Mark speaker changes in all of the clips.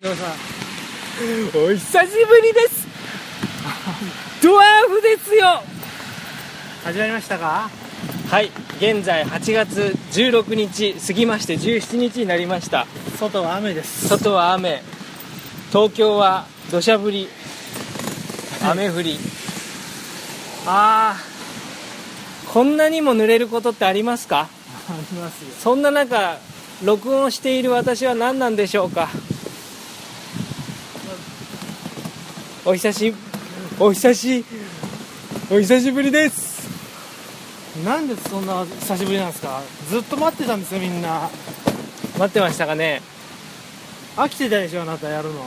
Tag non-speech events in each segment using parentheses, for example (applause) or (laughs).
Speaker 1: さ
Speaker 2: お久しぶりですドワーフですよ
Speaker 1: 始まりましたか
Speaker 2: はい現在8月16日過ぎまして17日になりました
Speaker 1: 外は雨です
Speaker 2: 外は雨東京は土砂降り雨降りあーこんなにも濡れることってありますか
Speaker 1: ありますよ
Speaker 2: そんな中録音している私は何なんでしょうかお久しお久しお久しぶりです
Speaker 1: なんでそんな久しぶりなんですかずっと待ってたんですよみんな
Speaker 2: 待ってましたかね
Speaker 1: 飽きてたでしょあなたやるの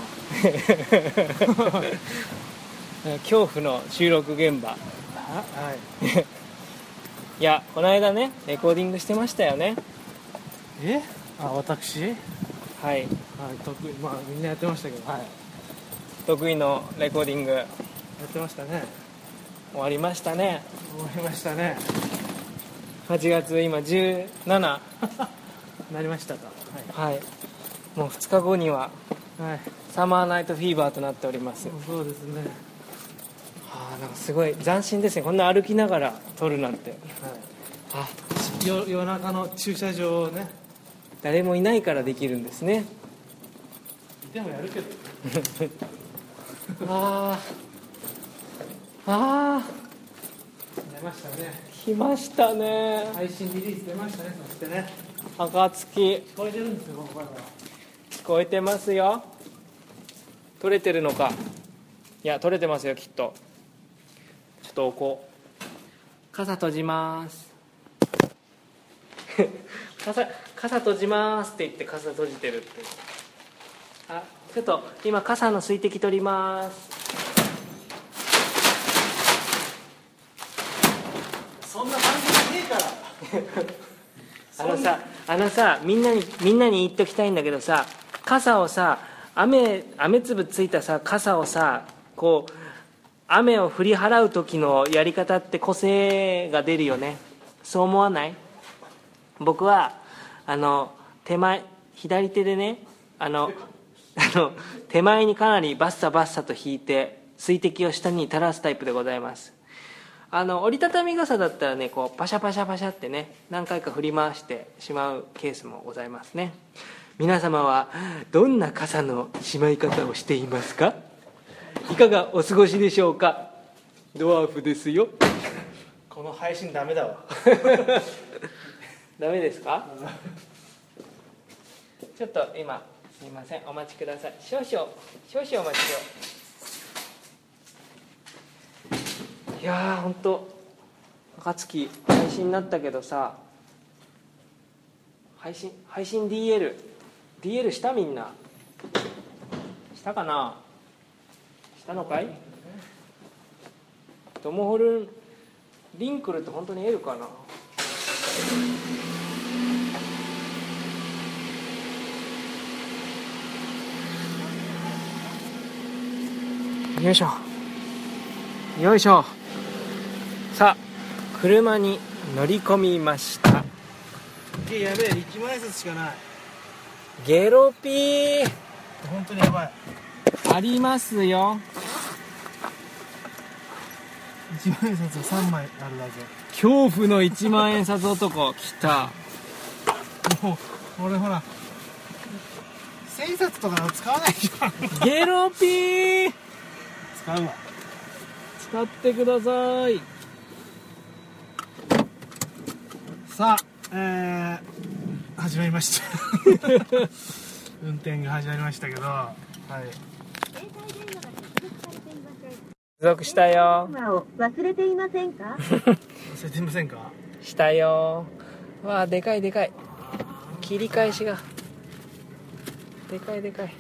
Speaker 2: 恐怖の収録現場
Speaker 1: あはい
Speaker 2: (laughs) いやこの間ねレコーディングしてましたよね
Speaker 1: えあ私はい
Speaker 2: はい
Speaker 1: 特にまあみんなやってましたけどはいや
Speaker 2: 得意のレコーディング
Speaker 1: ってましたね
Speaker 2: 終わりましたね
Speaker 1: 思いましたね
Speaker 2: 8月今17
Speaker 1: なりましたか
Speaker 2: はいもう2日後には
Speaker 1: はい、はい、
Speaker 2: サマーナイトフィーバーとなっております
Speaker 1: そうですね
Speaker 2: あーなんかすごい斬新ですねこんな歩きながら撮るなんて
Speaker 1: はい
Speaker 2: あ
Speaker 1: 夜夜中の駐車場をね
Speaker 2: 誰もいないからできるんですね
Speaker 1: でもやるけど
Speaker 2: あああ
Speaker 1: 出ましたね
Speaker 2: あ来ましたね
Speaker 1: 配信リリース出ましたねそしてね
Speaker 2: 暁
Speaker 1: 聞こえてるんですよここからは
Speaker 2: 聞こえてますよ撮れてるのかいや撮れてますよきっとちょっと置こう傘閉じます (laughs) 傘傘閉じますって言って傘閉じてるってあちょっと今傘の水滴取ります
Speaker 1: そんな感じねえから (laughs)
Speaker 2: あのさあのさみんなにみんなに言っときたいんだけどさ傘をさ雨雨粒ついたさ傘をさこう雨を振り払う時のやり方って個性が出るよねそう思わない僕はあの手前左手でねあのあの手前にかなりバッサバッサと引いて水滴を下に垂らすタイプでございますあの折りたたみ傘だったらねこうパシャパシャパシャってね何回か振り回してしまうケースもございますね皆様はどんな傘のしまい方をしていますかいかがお過ごしでしょうかドワーフですよ
Speaker 1: この配信ダメだわ
Speaker 2: ダメですかちょっと今すいませんお待ちください少々少々お待ちをいやー本当暁配信になったけどさ配信配信 DLDL したみんなしたかなしたのかいドモホルンリンクルって本当に L かなよいしょよいしょさあ車に乗り込みました
Speaker 1: いややべえ駅前説しかない
Speaker 2: ゲロピー
Speaker 1: 本当にやばい
Speaker 2: ありますよ
Speaker 1: 一万円札は3枚あるだけ
Speaker 2: 恐怖の一万円札男来た
Speaker 1: もう俺ほら千冊とか使わないから
Speaker 2: ゲロピー
Speaker 1: 使うわ
Speaker 2: 使ってください
Speaker 1: さあえー、始まりました (laughs) 運転が始まりましたけどはい
Speaker 3: 携帯電話が接続されていません。
Speaker 2: 接続したよ
Speaker 3: 電話を忘れていませんか？
Speaker 1: 忘れてませんか
Speaker 2: したよわあでかいでかい切り返しがでかいでかい
Speaker 1: いや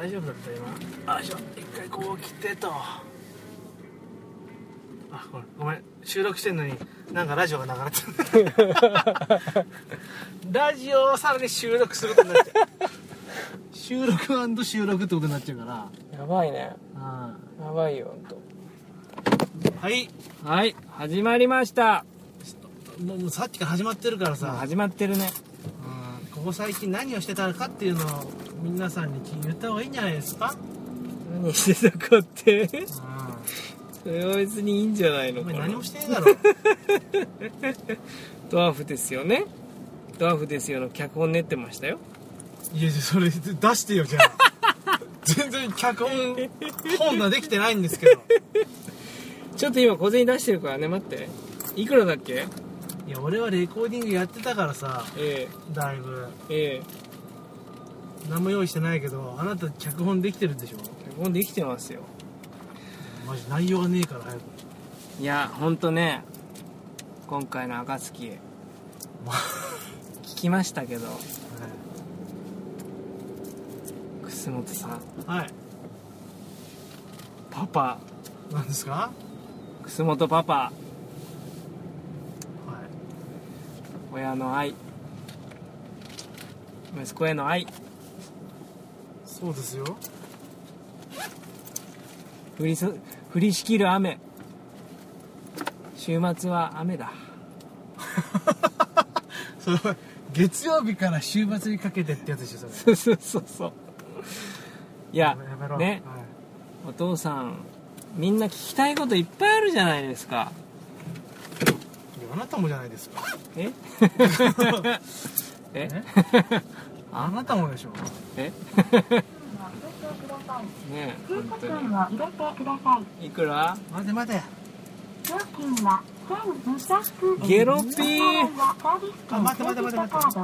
Speaker 1: 大丈夫だった今あいしょ一回こう切ってとあこれごめん収録してんのになんかラジオが流れて (laughs) るラジオをさらに収録することになっちゃう収録収録ってことになっちゃうから
Speaker 2: やばいね
Speaker 1: あ
Speaker 2: やばいよほんと
Speaker 1: はい
Speaker 2: はい始まりました
Speaker 1: もうもうさっきから始まってるからさ、
Speaker 2: 始まってるね
Speaker 1: うんこここ最近何をしてたのかっていうのを皆さんに言った方がいいんじゃないですか
Speaker 2: 何してたかって
Speaker 1: う
Speaker 2: それは別にいいんじゃない
Speaker 1: んお
Speaker 2: のか
Speaker 1: 前
Speaker 2: な
Speaker 1: 何もしてねえだろ
Speaker 2: ドワーフですよねドワーフですよの脚本練ってましたよ
Speaker 1: いやいやそれ出してよじゃあ (laughs) 全然脚本本ができてないんですけど
Speaker 2: ちょっと今小銭出してるからね待っていくらだっけ
Speaker 1: いや俺はレコーディングやってたからさ
Speaker 2: え
Speaker 1: だいぶ
Speaker 2: えええ
Speaker 1: 何も用意してないけどあなた脚本できてるんでしょ
Speaker 2: 脚本できてますよ
Speaker 1: マジ内容がねえから早く
Speaker 2: いやほんとね今回の暁
Speaker 1: ま
Speaker 2: 聞きましたけど
Speaker 1: あ
Speaker 2: 楠本さん
Speaker 1: はいはい
Speaker 2: パパ
Speaker 1: 何ですか
Speaker 2: 楠本パパ
Speaker 1: は
Speaker 2: 親の愛息子への愛
Speaker 1: いそうです (laughs) よ
Speaker 2: 降りそ降りしきる雨週末は雨だ
Speaker 1: それ月曜日から週末にかけてってやつでしょそれ
Speaker 2: そうそうそうそういや
Speaker 1: やめろ
Speaker 2: ね
Speaker 1: はい
Speaker 2: お父さんみんな聞きたいこといっぱいあるじゃないですか
Speaker 1: いやあなたもじゃないですか
Speaker 2: え (laughs) え
Speaker 1: ねあ
Speaker 2: あ
Speaker 1: なたもでしょ
Speaker 2: (laughs) えねえ本当
Speaker 4: 追加券を入れてください。
Speaker 2: にいくら
Speaker 1: 待て待て
Speaker 4: 料金は1200円。
Speaker 2: ゲロピー
Speaker 1: あ待って待って待って待って
Speaker 2: あ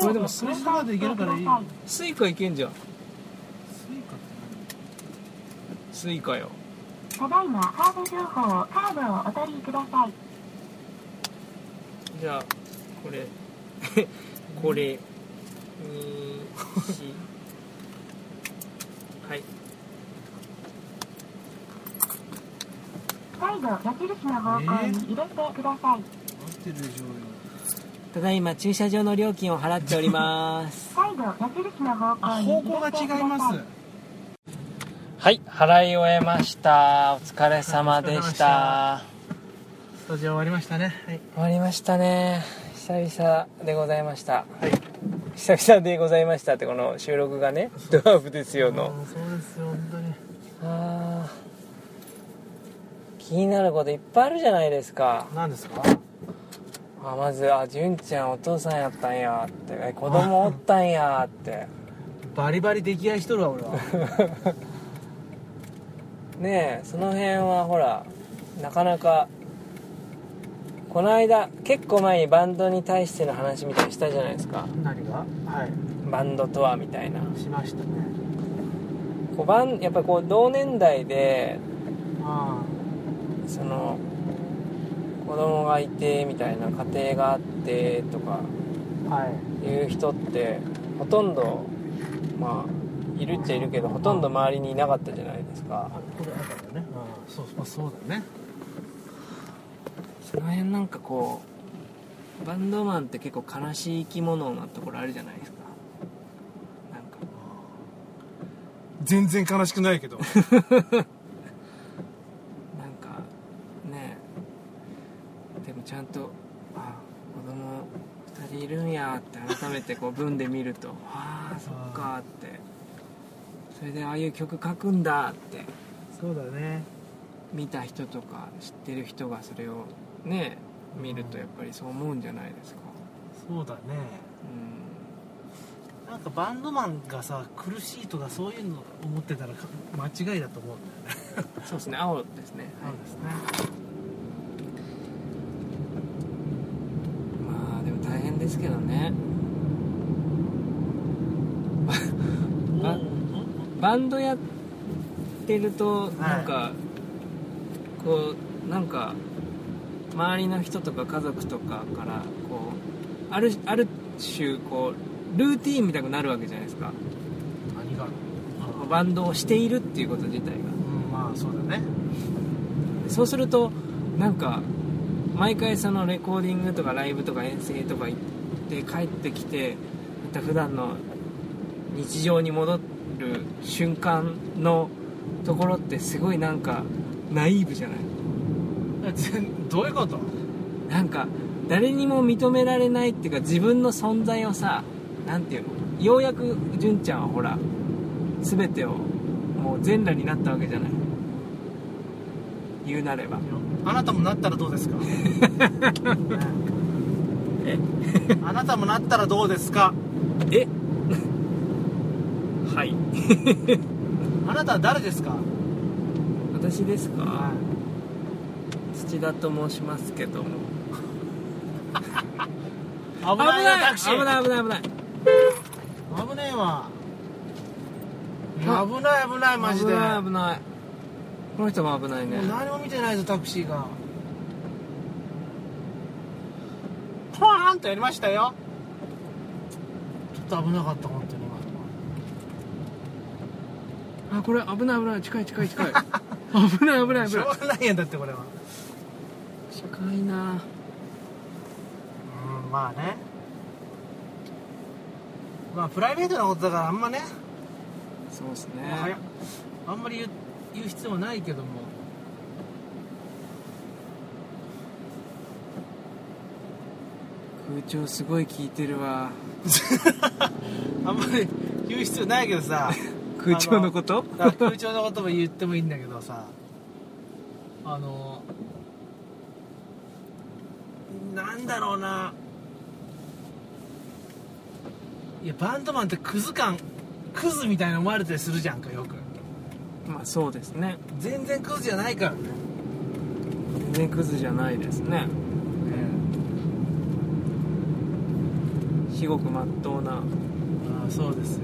Speaker 1: これでもスマホまでいけるからいいよ
Speaker 2: スイカいけんじゃん
Speaker 1: スイカ
Speaker 2: スイカよ
Speaker 4: ただいまカード情報をカードをお取りください。
Speaker 2: じゃあこ (laughs) れこれにしはい
Speaker 4: 再度矢印の方向に入れてください。
Speaker 1: 待ってる以上よ
Speaker 2: ただいま駐車場の料金を払っております
Speaker 4: 再度矢印の方向
Speaker 1: あ
Speaker 4: に
Speaker 1: 方向が
Speaker 4: 入れてください。
Speaker 1: 違います
Speaker 2: (laughs) はい払い終えましたお疲れ様でした
Speaker 1: スタジオ終わりましたねはい
Speaker 2: 終わりましたね久々でございました
Speaker 1: はい
Speaker 2: 久々でございましたってこの収録がねドワーフですよの
Speaker 1: あーそうですよ本当に
Speaker 2: あー気になることいっぱいあるじゃないですか
Speaker 1: 何ですか
Speaker 2: あまず「あ純ちゃんお父さんやったんや」ってえ「子供おったんや」って
Speaker 1: バリバリ溺愛しとるわ俺は
Speaker 2: ねえその辺はほらなかなかこの間結構前にバンドに対しての話みたいにしたじゃないですか
Speaker 1: 何がはい
Speaker 2: バンドとはみたいな
Speaker 1: しましたね
Speaker 2: こうバンやっぱこう同年代で
Speaker 1: あ
Speaker 2: その子供がいてみたいな家庭があってとか
Speaker 1: あはい
Speaker 2: いう人ってほとんどまあいるっちゃいるけどほとんど周りにいなかったじゃないですか
Speaker 1: あこれ赤だねああそうまあそうだね
Speaker 2: その辺なんかこうバンドマンって結構悲しい生き物なところあるじゃないですかなんか
Speaker 1: 全然悲しくないけ (laughs) ど
Speaker 2: なんかねえでもちゃんとあ子供二人いるんやって改めてこう文で見るとああそっかってそれでああいう曲書くんだって
Speaker 1: そうだね
Speaker 2: 見た人とか知ってる人がそれをね見るとやっぱりそう思うんじゃないですか
Speaker 1: そうだね
Speaker 2: う
Speaker 1: なんかバンドマンがさ苦しいとかそういうの思ってたらか間違いだと思うんだよね
Speaker 2: んそうですね青ですね、はい
Speaker 1: ですね
Speaker 2: まあでも大変ですけどねあバンドやってるとなんか、こうなんか周りの人とか家族とかからこうあるある種こうルーティーンみたくなるわけじゃないですか
Speaker 1: 何が
Speaker 2: こうバンドをしているっていうこと自体が
Speaker 1: (laughs) うんまあそうだね
Speaker 2: そうするとなんか毎回そのレコーディングとかライブとか遠征とか行って帰ってきてまた普段の日常に戻る瞬間のところってすごいなんかナイーブじゃない
Speaker 1: え全どういうこと
Speaker 2: なんか誰にも認められないっていうか自分の存在をさなんていうのようやく純ちゃんはほら全てをもう全裸になったわけじゃない言うなれば
Speaker 1: あなたもなったらどうですか
Speaker 2: (laughs) え
Speaker 1: あなたもなったらどうですか
Speaker 2: え (laughs) はい
Speaker 1: あなたは誰ですか
Speaker 2: 私ですか
Speaker 1: は
Speaker 2: 土田と申しますけども
Speaker 1: い
Speaker 2: 危
Speaker 1: 危ないよ
Speaker 2: な
Speaker 1: タ
Speaker 2: い
Speaker 1: クシー
Speaker 2: 危ない危ない危ない
Speaker 1: 危ねえわ
Speaker 2: あ
Speaker 1: 危ない危ないマジで
Speaker 2: 危ない危ないこの人も危ないね
Speaker 1: もう何も見てないぞタクシーがポーンとやりましたよちょっと危なかった本当に
Speaker 2: あこれ危ない危ない近い近
Speaker 1: (laughs)
Speaker 2: い近い危ない危
Speaker 1: 今
Speaker 2: ない
Speaker 1: し
Speaker 2: 危
Speaker 1: ょ
Speaker 2: ないう
Speaker 1: がないやんだってこれは
Speaker 2: 近いな
Speaker 1: うんまあねまあプライベートなことだからあんまね、
Speaker 2: そうですね
Speaker 1: もう早っあんまり言う言う必要はない (laughs) けども
Speaker 2: 空調すごい効いてるわ
Speaker 1: あんまり言う必要ないけどさ
Speaker 2: 空調のこと
Speaker 1: だから空調のことも言ってもいいんだけどさあのなんだろうないやバンドマンってクズ感クズみたいな思われたりするじゃんかよく
Speaker 2: (laughs) まあそうですね
Speaker 1: 全然クズじゃないからね
Speaker 2: 全然クズじゃないですね至極まっとうな
Speaker 1: ああそうですよ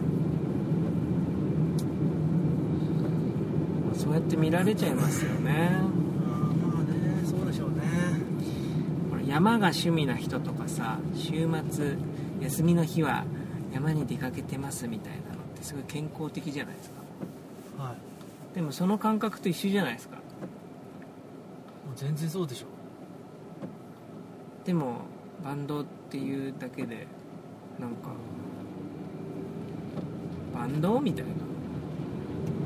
Speaker 2: そうやって見られちゃいますよね
Speaker 1: ああまあねそうでしょうね
Speaker 2: ほら山が趣味な人とかさ週末休みの日は山に出かけてますみたいなのってすごい健康的じゃないですか
Speaker 1: はい
Speaker 2: でもその感覚と一緒じゃないですか
Speaker 1: もう全然そうでしょ
Speaker 2: でもバンドっていうだけでなんかバンドみたいな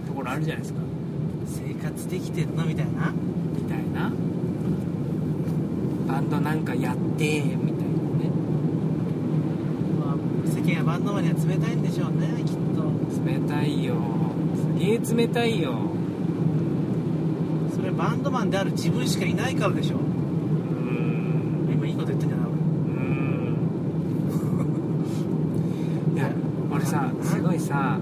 Speaker 2: ところあるじゃないですか
Speaker 1: 生活できてんのみたいな
Speaker 2: みたいなバンドなんかやってみたい
Speaker 1: まあ世間はバンドマンには冷たいんでしょうねきっと
Speaker 2: なね冷たいよすげえ冷たいよ
Speaker 1: それバンドマンである自分しかいないからでしょ
Speaker 2: うーん
Speaker 1: 今いいこと言ってんじゃないう
Speaker 2: ーん (laughs) いや俺さすごいさ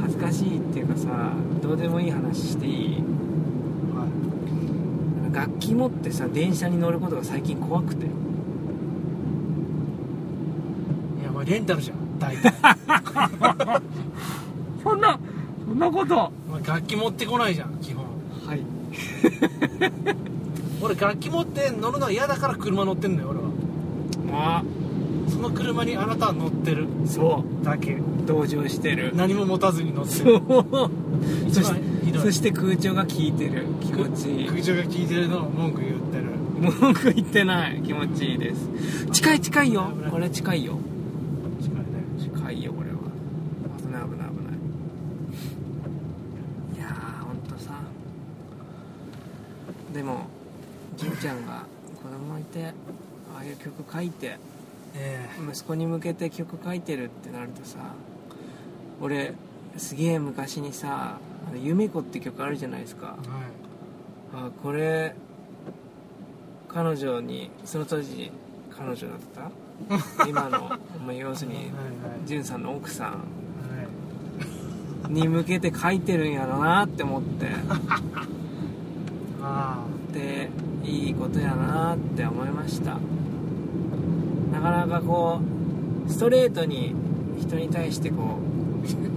Speaker 2: 恥ずかしいっていうかさどうでもいい話していい
Speaker 1: 俺はい
Speaker 2: 楽器持ってさ電車に乗ることが最近怖くて
Speaker 1: いやお前レンタルじゃん大 (laughs) 体
Speaker 2: そんなそんなことは
Speaker 1: お前楽器持ってこないじゃん基本
Speaker 2: い
Speaker 1: 俺楽器持って乗るのは嫌だから車乗ってんのよ俺は
Speaker 2: あ
Speaker 1: その車にあなたは乗ってる
Speaker 2: そ
Speaker 1: だけ
Speaker 2: う同情してる
Speaker 1: 何も持たずに乗って
Speaker 2: そ
Speaker 1: る
Speaker 2: うそ
Speaker 1: 一
Speaker 2: し
Speaker 1: 番ひ
Speaker 2: て
Speaker 1: ど
Speaker 2: そ
Speaker 1: い
Speaker 2: して空調が効いてる気持ちいい
Speaker 1: 空調が効いてるのを文句言ってる
Speaker 2: 文句言ってない気持ちいいです近い近いよこれ近いよ
Speaker 1: 近いね
Speaker 2: 近いよこれは危ない危ない危ないいやーほんとさでも純ちゃんが子供いてああいう曲書いて
Speaker 1: え
Speaker 2: 息子に向けて曲書いてるってなるとさ俺すげえ昔にさ「あの夢子」って曲あるじゃないですか
Speaker 1: えはい
Speaker 2: あこれ彼女にその当時彼女だった今のまあ要す
Speaker 1: (laughs)
Speaker 2: るに
Speaker 1: はいはい
Speaker 2: んさんの奥さ
Speaker 1: はい
Speaker 2: んに向けて書いてるんやろなって思って
Speaker 1: あ
Speaker 2: でいいことやなって思いましたなかなかこうストレートに人に対してこう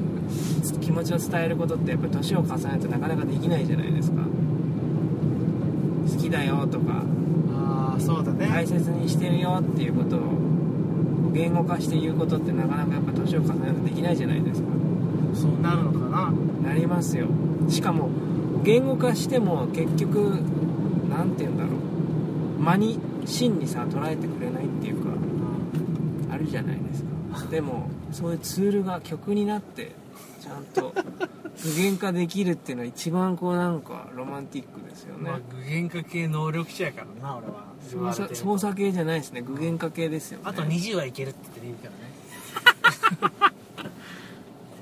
Speaker 2: (laughs) 気持ちを伝えることってやっぱ年を重ねてなかなかできないじゃないですか好きだよとか
Speaker 1: ああそうだね、
Speaker 2: 大切にしてるよっていうことを言語化して言うことってなかなかやっぱ年を重ねるとできないじゃないですか
Speaker 1: そうなるのかな
Speaker 2: なりますよしかも言語化しても結局何て言うんだろう間に真にさ捉えてくれないっていうかあるじゃないですかでもそういうツールが曲になってちゃんと具現化できるっていうのは一番こうなんかロマンティックですよね、
Speaker 1: まあ、具現化系能力者やからな俺は言わ
Speaker 2: 操
Speaker 1: れて
Speaker 2: 作
Speaker 1: る
Speaker 2: 操作系じゃないですね具現化系ですよね
Speaker 1: あと20はいけるって言ってるから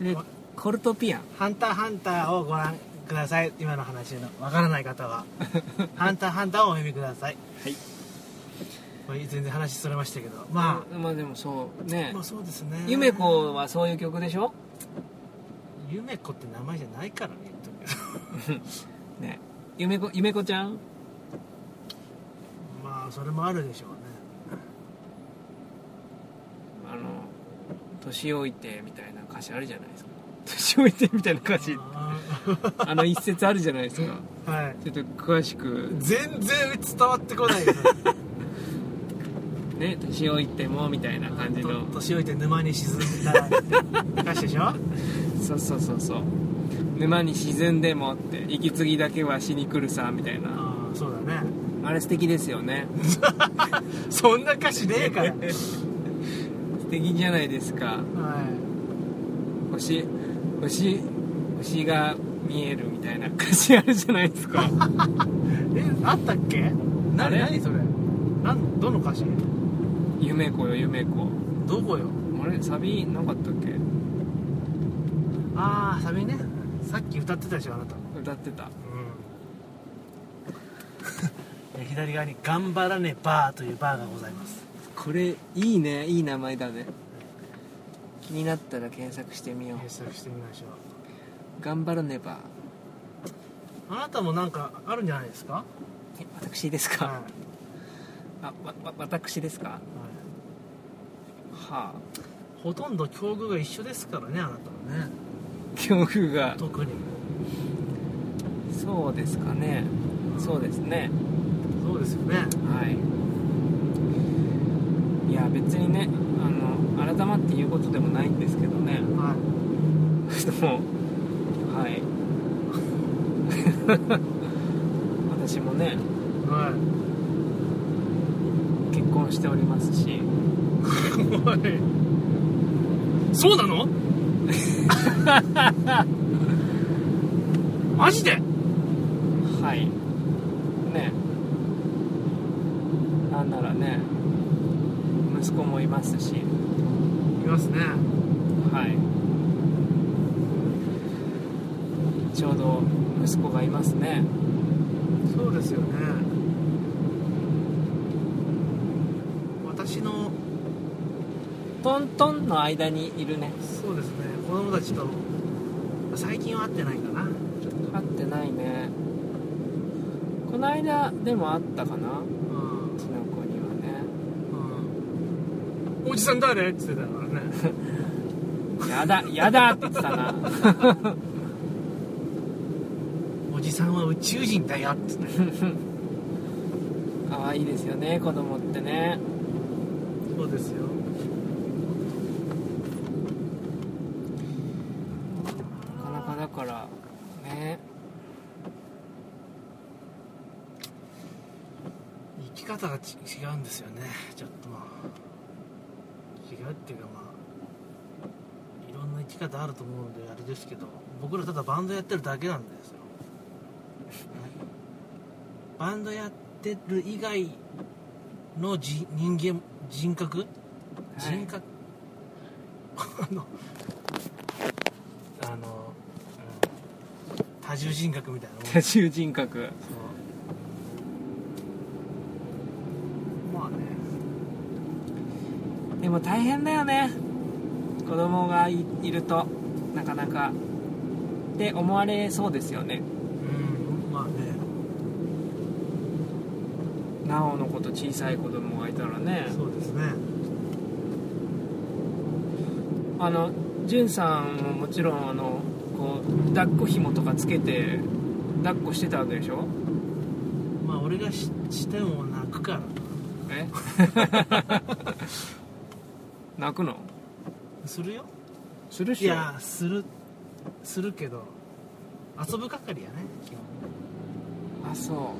Speaker 1: ね
Speaker 2: でコルトピアン
Speaker 1: 「ハンターハンター」をご覧ください今の話のわからない方 (laughs) は「ハンターハンター」をお読みください
Speaker 5: はい
Speaker 1: これ全然話それましたけどま
Speaker 2: まあでもそうね
Speaker 1: あまあそうですね
Speaker 2: 夢子はそういう曲でしょ
Speaker 1: 夢子って名前じゃないからね言っとくけど
Speaker 2: ね夢子夢子ちゃん
Speaker 1: まあそれもあるでしょうね
Speaker 2: あの年老いてみたいな歌詞あるじゃないですか年老いてみたいな歌詞
Speaker 1: あ
Speaker 2: あの一節あるじゃないですか
Speaker 1: ーはい
Speaker 2: ちょっと詳しく
Speaker 1: 全然伝わってこないよ
Speaker 2: ね年老いてもみたいな感じの
Speaker 1: と年老いて沼に沈んだ歌詞でしょ
Speaker 2: そうそうそうそう沼に沈んでもって息継ぎだけはしに来るさみたいな
Speaker 1: ああそうだね
Speaker 2: あれ素敵ですよね
Speaker 1: そんな歌詞ねえからはい
Speaker 2: 素敵じゃないですか星星星が見えるみたいな歌詞あるじゃないですか
Speaker 1: えあったっけ
Speaker 2: あ
Speaker 1: 何
Speaker 2: れ
Speaker 1: 何それなんどの歌詞
Speaker 2: 夢子よ夢子
Speaker 1: どこよ
Speaker 2: あれサビなかったっけ
Speaker 1: ああサビねさっき歌ってたでしょあなた (laughs)
Speaker 2: 歌ってた
Speaker 1: うん左側に「頑張らねバー」というバーがございます
Speaker 2: これいいねいい名前だね気になったら検索してみよ
Speaker 1: 検索してみましょう
Speaker 2: う頑張らねば
Speaker 1: あなたもなんかあるんじゃないですか
Speaker 2: え私です
Speaker 1: は
Speaker 2: か、
Speaker 1: いは
Speaker 2: あわわ私ですかはあ
Speaker 1: いほとんど境遇が一緒ですからねあなたはね
Speaker 2: 境遇が
Speaker 1: 特に
Speaker 2: そうですかねそうですね
Speaker 1: そうですよね
Speaker 2: はいいや別にねあの改まって言うことでもないんですけどね
Speaker 1: はい
Speaker 2: でもはい (laughs) 私もね
Speaker 1: はい
Speaker 2: 結婚しておりますし
Speaker 1: おいそうなの (laughs) マジで
Speaker 2: はいねなんならね息子もいますし
Speaker 1: いますね
Speaker 2: はいちょうど息子がいますね
Speaker 1: そうですよね私の
Speaker 2: トントンの間にいるね
Speaker 1: そうですね子供たちと最近は会ってないかなちょっと
Speaker 2: 会ってないねこの間でもあったかな
Speaker 1: うん
Speaker 2: うちの子にはね
Speaker 1: うんおじさん誰って言ってたからね
Speaker 2: やだやだって言ってたな
Speaker 1: (laughs)
Speaker 2: (laughs)
Speaker 1: おじさんは宇宙人だよって言って
Speaker 2: 可愛いですよね子供ってね
Speaker 1: そうですよ
Speaker 2: なかなかだからね (laughs)
Speaker 1: 生き方がち違うんですよねちょっとまあ違うっていうかまあいろんな生き方あると思うんであれですけど僕らただバンドやってるだけなんですよ、バンドやってる以外のじ人間人格、人格 (laughs) あのあの、うん多重人格みたいなもん
Speaker 2: 多重人格
Speaker 1: まあね
Speaker 2: でも大変だよね子供がいいるとなかなかって思われそうですよね
Speaker 1: うんまあね
Speaker 2: なおのこと小さい子供がいたらね
Speaker 1: そうですね
Speaker 2: あのじゅんさんももちろんあのこう抱っこ紐とかつけて抱っこしてたわけでしょ
Speaker 1: まあ俺がししても泣くから
Speaker 2: え (laughs) 泣くの
Speaker 1: するよ
Speaker 2: するっ
Speaker 1: い
Speaker 2: しょ
Speaker 1: やするするけど遊ぶ係やね基
Speaker 2: あそう
Speaker 1: 本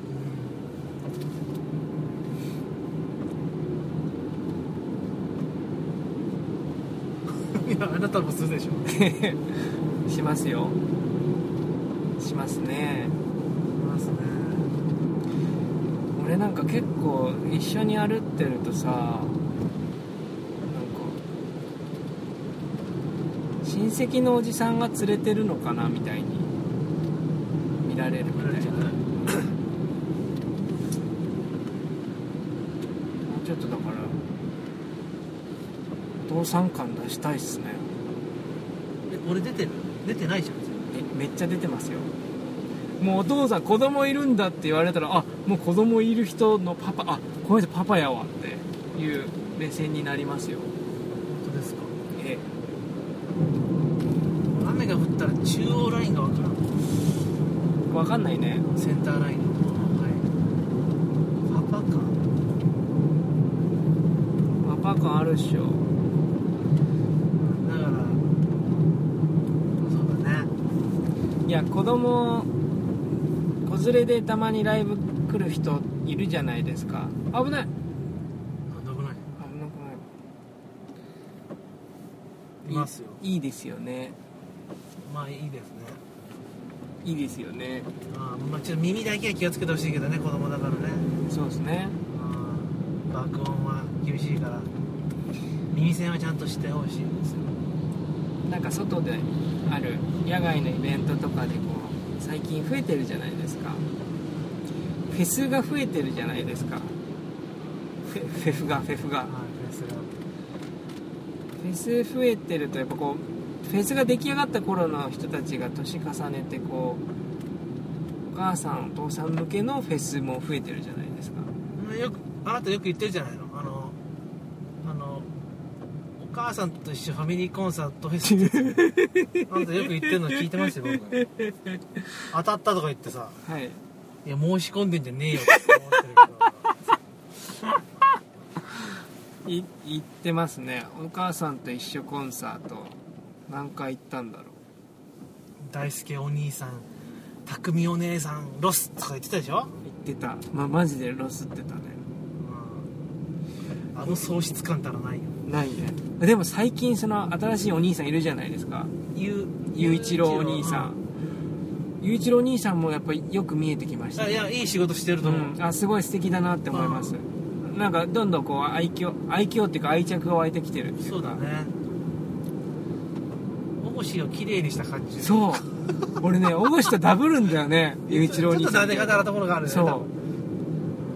Speaker 1: あなたもするでしょ
Speaker 2: (laughs) しますよしますね
Speaker 1: ますね
Speaker 2: 俺なんか結構一緒に歩ってるとさなんか親戚のおじさんが連れてるのかなみたいに見られるみたいなもうちょっとだからお父さん感出したいっすね
Speaker 1: え俺出てる出てないじゃん全然
Speaker 2: えめっちゃ出てますよもうお父さん子供いるんだって言われたらあもう子供いる人のパパあこの人パパやわっていう目線になりますよ
Speaker 1: 本当ですか
Speaker 2: え
Speaker 1: 雨が降ったら中央ラインがわからん
Speaker 2: 分かんないね
Speaker 1: センターラインのはいパパか
Speaker 2: パパ感あるっしょ
Speaker 1: だからそうだね
Speaker 2: いや子供子連れでたまにライブ来る人いるじゃないですか危ない
Speaker 1: なんだくない
Speaker 2: 危なくない
Speaker 1: いますよ
Speaker 2: いいいですよね
Speaker 1: まあいいですね
Speaker 2: いいですよね
Speaker 1: あーまあちょっと耳だけは気をつけてほしいけどね子供だからね
Speaker 2: そうですね
Speaker 1: あー爆音は厳しいから耳栓はちゃんとしてほしいですよ
Speaker 2: なんか外である野外のイベントとかでこう最近増えてるじゃないですかフェスが増えてるじゃないですかフェフェフがフェフが
Speaker 1: はいですが
Speaker 2: フェス増えてるとやっぱこうフェスが出来上がった頃の人たちが年重ねてこうお母さんお父さん向けのフェスも増えてるじゃないですか
Speaker 1: よくあなたよく言ってるじゃないのあのあのお母さんと一緒ファミリーコンサートフェスってあなたよく言ってるの聞いてますよ僕当たったとか言ってさ
Speaker 2: はい
Speaker 1: いや申し込んでんじゃねえよって思ってるけ
Speaker 2: い行ってますねお母さんと一緒コンサート何回行ったんだろう
Speaker 1: ど大輔お兄さん匠お姉さんロスとか言ってたでしょ、
Speaker 2: 行ってたまマジでロスってたね
Speaker 1: あの喪失感たらないよ
Speaker 2: ないねでも最近その新しいお兄さんいるじゃないですか
Speaker 1: ゆ
Speaker 2: 雄一郎お兄さん雄一郎お兄さんもやっぱりよく見えてきまし
Speaker 1: うん
Speaker 2: た
Speaker 1: あいやいい仕事してると思う、
Speaker 2: うん、あすごい素敵だなって思いますなんかどんどんこう愛嬌愛嬌っていうか愛着が湧いてきてるっていうか
Speaker 1: そうだねおもしを綺麗にした感じ
Speaker 2: そう俺ね大越とダブるんだよね雄一郎お
Speaker 1: ち
Speaker 2: 兄
Speaker 1: ょっと
Speaker 2: さん
Speaker 1: なで方なところがあるね
Speaker 2: そ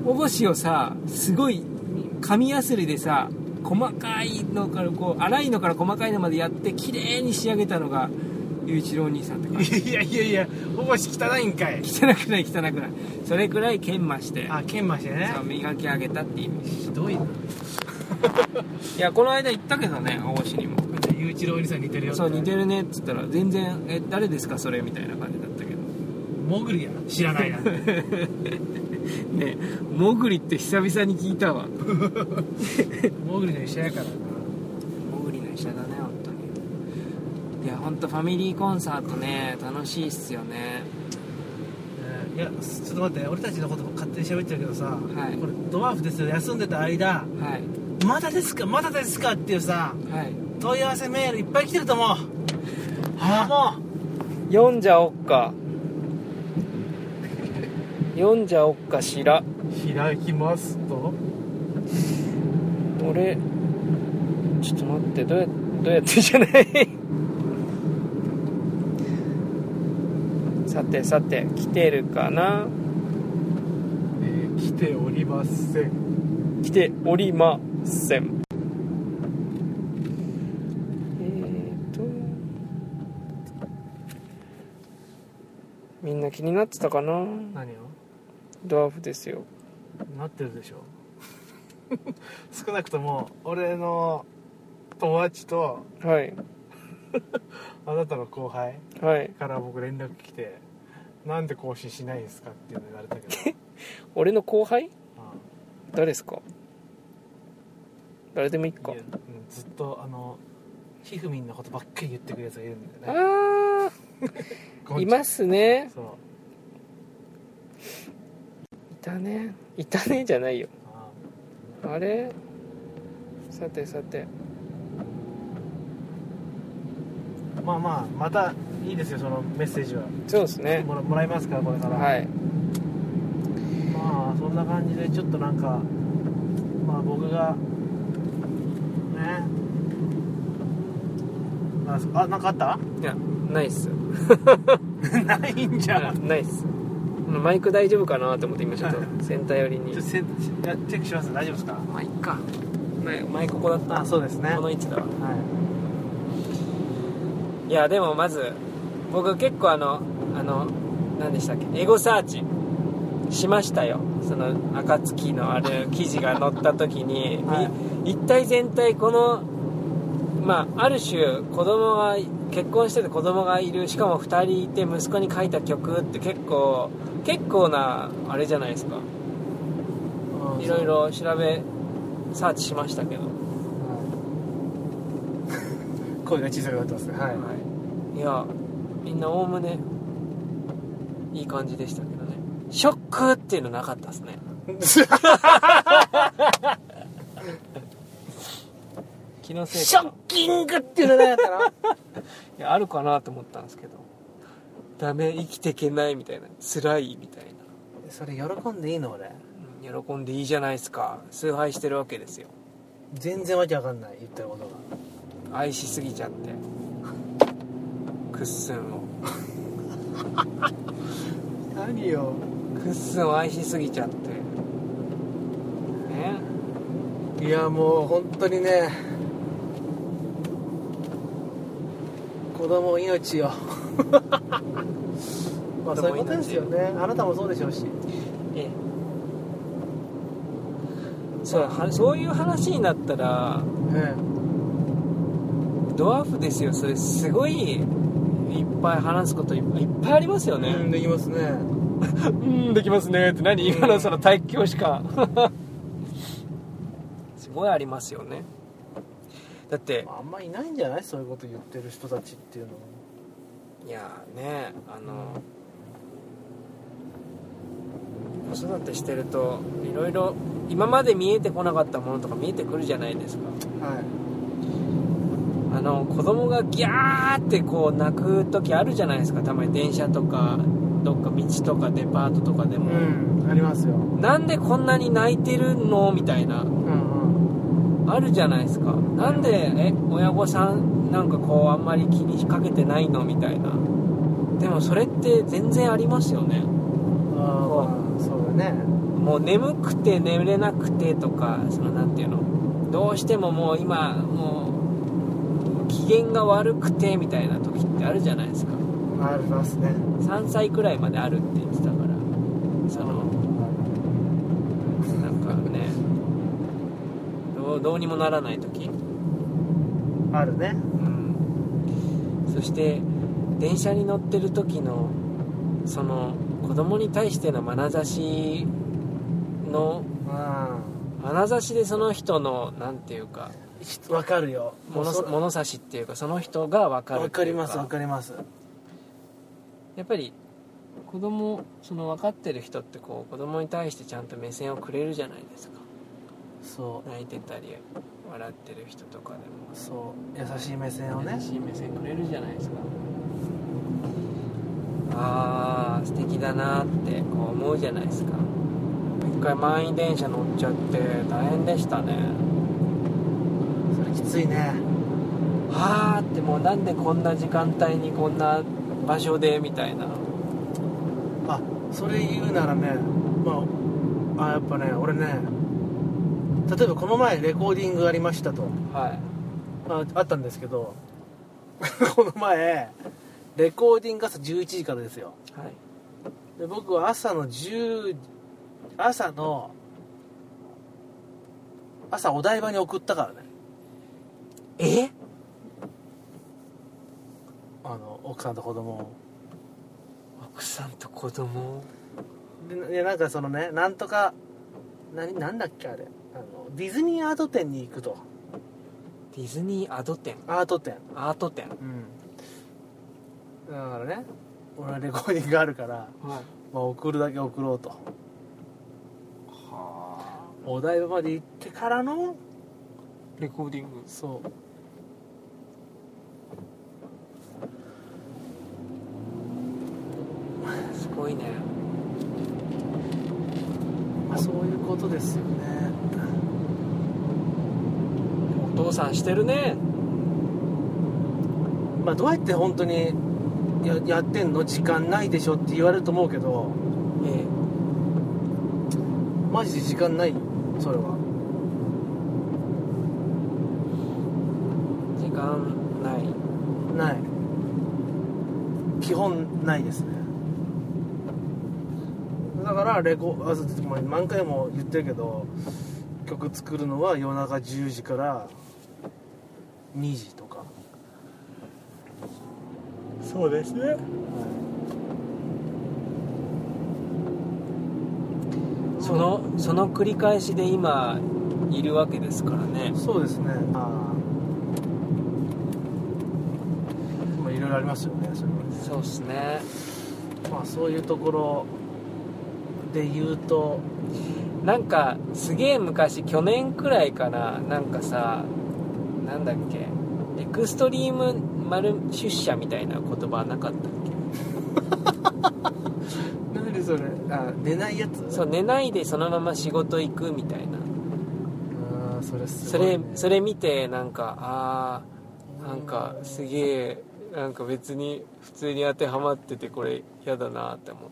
Speaker 2: う大越をさすごい紙やすりでさ細かいのからこう粗いのから細かいのまでやって綺麗に仕上げたのが雄一郎お兄さんって
Speaker 1: 多
Speaker 2: 感
Speaker 1: 分
Speaker 2: じ
Speaker 1: いやいやいやおぼし汚いんかい
Speaker 2: 汚くない汚くないそれくらい研磨して
Speaker 1: あ研磨してね
Speaker 2: そう磨き上げたっていう意味
Speaker 1: ひどいな
Speaker 2: いやこの間行ったけどね大越にも
Speaker 1: 雄一郎お兄さんに似てるよ
Speaker 2: そう似て
Speaker 1: る
Speaker 2: るねっつったら全然「え誰ですかそれ」みたいな感じだったけど
Speaker 1: モグリや知らないな
Speaker 2: (laughs) ねモグリって久々に聞いたわ
Speaker 1: モグリの医者やからな
Speaker 2: モグリの医者だね本当にいや本当ファミリーコンサートね楽しいっすよね
Speaker 1: ねいやちょっと待って俺たちのこと勝手に喋ってるけどさ、
Speaker 2: い
Speaker 1: これドワーフですよ休んでた間
Speaker 2: はい
Speaker 1: まだですかまだですかっていうさ
Speaker 2: はい
Speaker 1: 問い合わせメールいっぱい来てると思うああも
Speaker 2: 読んじゃおっか読んじゃおっかしら
Speaker 1: う開きますと
Speaker 2: 俺ちょっと待ってどうやどうやってじゃないさてさて来てるかな
Speaker 1: 来ておりません
Speaker 2: 来ておりませんえーとみんな気になってたかな
Speaker 1: 何を
Speaker 2: ドワーフですよ
Speaker 1: なってるでしょ (laughs) 少なくとも俺の友達と
Speaker 2: はい
Speaker 1: あなたの後輩
Speaker 2: はい
Speaker 1: から僕連絡来て「なんで更新しないんですか?」っていうの言われたけ (laughs) ど、
Speaker 2: 俺の後輩
Speaker 1: う
Speaker 2: 誰ですか誰でもいい
Speaker 1: ん
Speaker 2: か
Speaker 1: いやうんずっとあのひふみんのことばっかり言ってくるやつがいるんだよね
Speaker 2: あ
Speaker 1: こ
Speaker 2: ー
Speaker 1: ん
Speaker 2: い
Speaker 1: ちは
Speaker 2: ますね
Speaker 1: そう
Speaker 2: いたねいたねじゃないよ
Speaker 1: あ
Speaker 2: あれさてさて
Speaker 1: まあまあまたいいですよそのメッセージは
Speaker 2: そうですね
Speaker 1: もらもらいますからこれから、
Speaker 2: はい
Speaker 1: まあそんな感じでちょっとなんかまあ僕がねあそあなんかあった (laughs)
Speaker 2: いやないっ (laughs) す
Speaker 1: ないんじゃん
Speaker 2: ないっすマイク大丈夫かなと思って今ちょっとセンター寄りに
Speaker 1: ちょっとせいやチェックします大丈夫ですか
Speaker 2: まあいっか前前ここだった
Speaker 1: あそうですね
Speaker 2: この
Speaker 1: はい
Speaker 2: 位置だわいやでもまず僕結構あのあの何でしたっけエゴサーチしましたよその暁のある記事が載った時に、
Speaker 1: はい
Speaker 2: み一体全体このまあある種子供が結婚してて子供がいるしかも2人いて息子に書いた曲って結構結構なあれじゃないですか
Speaker 1: うん
Speaker 2: いろいろ調べサーチしましたけど
Speaker 1: はい (laughs) 声が小さくなってますねはい、
Speaker 2: いやみんなおおむねいい感じでしたけどねショックっていうのなかったですね気のせい
Speaker 6: ショッキングっていうのが
Speaker 2: いやあるかなと思ったんですけどダメ生きていけないみたいな辛いみたいな
Speaker 1: (laughs) それ喜んでいいの俺
Speaker 2: うん喜んでいいじゃないですか崇拝してるわけですよ
Speaker 1: 全然わけわかんない言ってることが
Speaker 2: 愛しすぎちゃってクッスンを
Speaker 1: 何よ
Speaker 2: クッスンを愛しすぎちゃってね
Speaker 1: いやもう本当にね子供命よ (laughs) まあそういうことですよねあなたもそうでしょうし
Speaker 2: ええそうはそういう話になったら
Speaker 1: え
Speaker 2: ドワーフですよそれすごいいっぱい話すこといっぱいいっぱいありますよ
Speaker 1: えう
Speaker 2: ね
Speaker 1: んできますね
Speaker 2: うんできますねって何
Speaker 1: 今の
Speaker 2: その対教しか (laughs) すごいありますよねだって
Speaker 1: まああんまいないんじゃないそういうこと言ってる人たちっていうのはい
Speaker 2: やーねあの子育てしてるといろいろ今まで見えてこなかったものとか見えてくるじゃないですか
Speaker 1: はい
Speaker 2: あの子供がギャーってこう泣く時あるじゃないですかたまに電車とかどっか道とかデパートとかでも、
Speaker 1: うんありますよ
Speaker 2: なんでこんなに泣いてるのみたいな
Speaker 1: うん
Speaker 2: あるじゃないですかなんでえ親御さんなんかこうあんまり気にかけてないのみたいなでもそれって全然ありますよね
Speaker 1: うんああまあそうだね
Speaker 2: もう眠くて眠れなくてとかそのなんていうのどうしてももう今もう機嫌が悪くてみたいな時ってあるじゃないですか
Speaker 1: ありますね
Speaker 2: 3歳くらいまであるって言ってたからそのなんかねどうどうにもならない時
Speaker 1: あるね
Speaker 2: うんそして電車に乗ってる時のその子供に対しての眼差しの
Speaker 1: あ
Speaker 2: 眼差しでその人のなんていうか
Speaker 1: あわかるよ
Speaker 2: 物
Speaker 1: そ
Speaker 2: 物差しっていうかその人が分かる
Speaker 1: わ
Speaker 2: って
Speaker 1: か
Speaker 2: い
Speaker 1: り
Speaker 2: う
Speaker 1: ますわかります
Speaker 2: やっぱり子供その分かってる人ってこう子供に対してちゃんと目線をくれるじゃないですか
Speaker 1: そう
Speaker 2: 泣いてたり笑ってる人とかでも
Speaker 1: そう優しい目線をね
Speaker 2: 優しい目線くれるじゃないですかあー素敵だなってこう思うじゃないですか一回満員電車乗っちゃって大変でしたね
Speaker 1: それきついね
Speaker 2: はあってもうなんでこんな時間帯にこんな場所でみたいな
Speaker 1: あそれ言うならねまああやっぱね俺ね例えばこの前レコーディングありましたと
Speaker 2: はい
Speaker 1: ああったんですけ
Speaker 2: (laughs)
Speaker 1: どこの前レコーディングが朝11時からですよ
Speaker 2: はい
Speaker 1: で僕は朝の10朝の朝お台場に送ったからね
Speaker 2: え
Speaker 1: あの奥さんと子供を
Speaker 2: 奥さんと子供
Speaker 1: でいやなんかそのねなんとか何なんだっけあれあのディズニーアート展に行くと
Speaker 2: ディズニーアート展
Speaker 1: アート展
Speaker 2: アート展
Speaker 1: うんだからね俺はレコーディングがあるから、
Speaker 2: はい
Speaker 1: まあ、送るだけ送ろうとはあお台場まで行ってからの
Speaker 2: レコーディング
Speaker 1: そう
Speaker 2: すごいね
Speaker 1: まあ、そういうことですよね
Speaker 2: お父さんしてるね
Speaker 1: まあどうやって本当にややってんの時間ないでしょって言われると思うけど
Speaker 2: え
Speaker 1: マジで時間ないそれは
Speaker 2: え時間ない
Speaker 1: ない基本ないですねだからレコあそうまあ何回も言ってるけど曲作るのは夜中10時から2時とか
Speaker 2: そうですねそのその繰り返しで今いるわけですからね
Speaker 1: そうですねああまあいろいろありますよねそれはね
Speaker 2: そうですね
Speaker 1: まあそういうところで言うと
Speaker 2: なんかすげえ昔去年くらいかななんかさなんだっけエクストリーム丸出社みたいな言葉なかったっ
Speaker 1: 何それあ寝ないや
Speaker 2: け
Speaker 1: つ
Speaker 2: そう寝ないでそのまま仕事行くみたいな
Speaker 1: ああそれす
Speaker 2: そ
Speaker 1: ごい
Speaker 2: れ
Speaker 1: ね、
Speaker 2: それ見てなんかああなんかすげえなんか別に普通に当てはまっててこれ嫌だなって思っ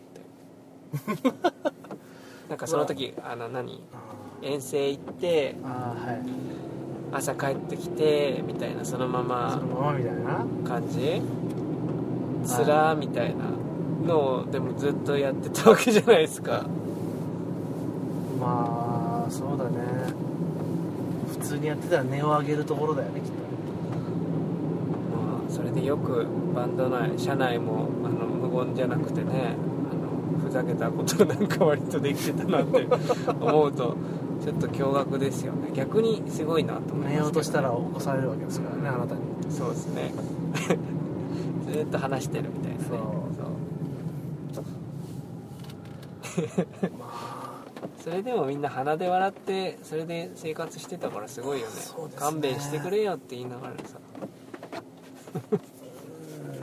Speaker 2: て
Speaker 1: (laughs)
Speaker 2: なんかその時あの何
Speaker 1: あ
Speaker 2: 遠征行って
Speaker 1: ーあーはい
Speaker 2: 朝帰ってきてみたいなそのま
Speaker 1: そ
Speaker 2: ま
Speaker 1: のままみたいな
Speaker 2: 感じつらーみたいなのをでもずっとやってたわけじゃないですか
Speaker 1: まあそうだね普通にやってたら値を上げるところだよねきっ
Speaker 2: まあそれでよくバンド内社内もあの無言じゃなくてねあのふざけたことなんか割とできてたなって思うとちょっと驚愕ですよね逆にすごいなと
Speaker 1: と
Speaker 2: 思い
Speaker 1: 寝
Speaker 2: ま
Speaker 1: よ
Speaker 2: す
Speaker 1: うとしたら起こされるわけですからねあなたに
Speaker 2: そうですね (laughs) ずーっと話してるみたいなね
Speaker 1: そう
Speaker 2: そう (laughs) それでもみんな鼻で笑ってそれで生活してたからすごいよね
Speaker 1: そうですね
Speaker 2: 勘弁してくれよって言いながらさ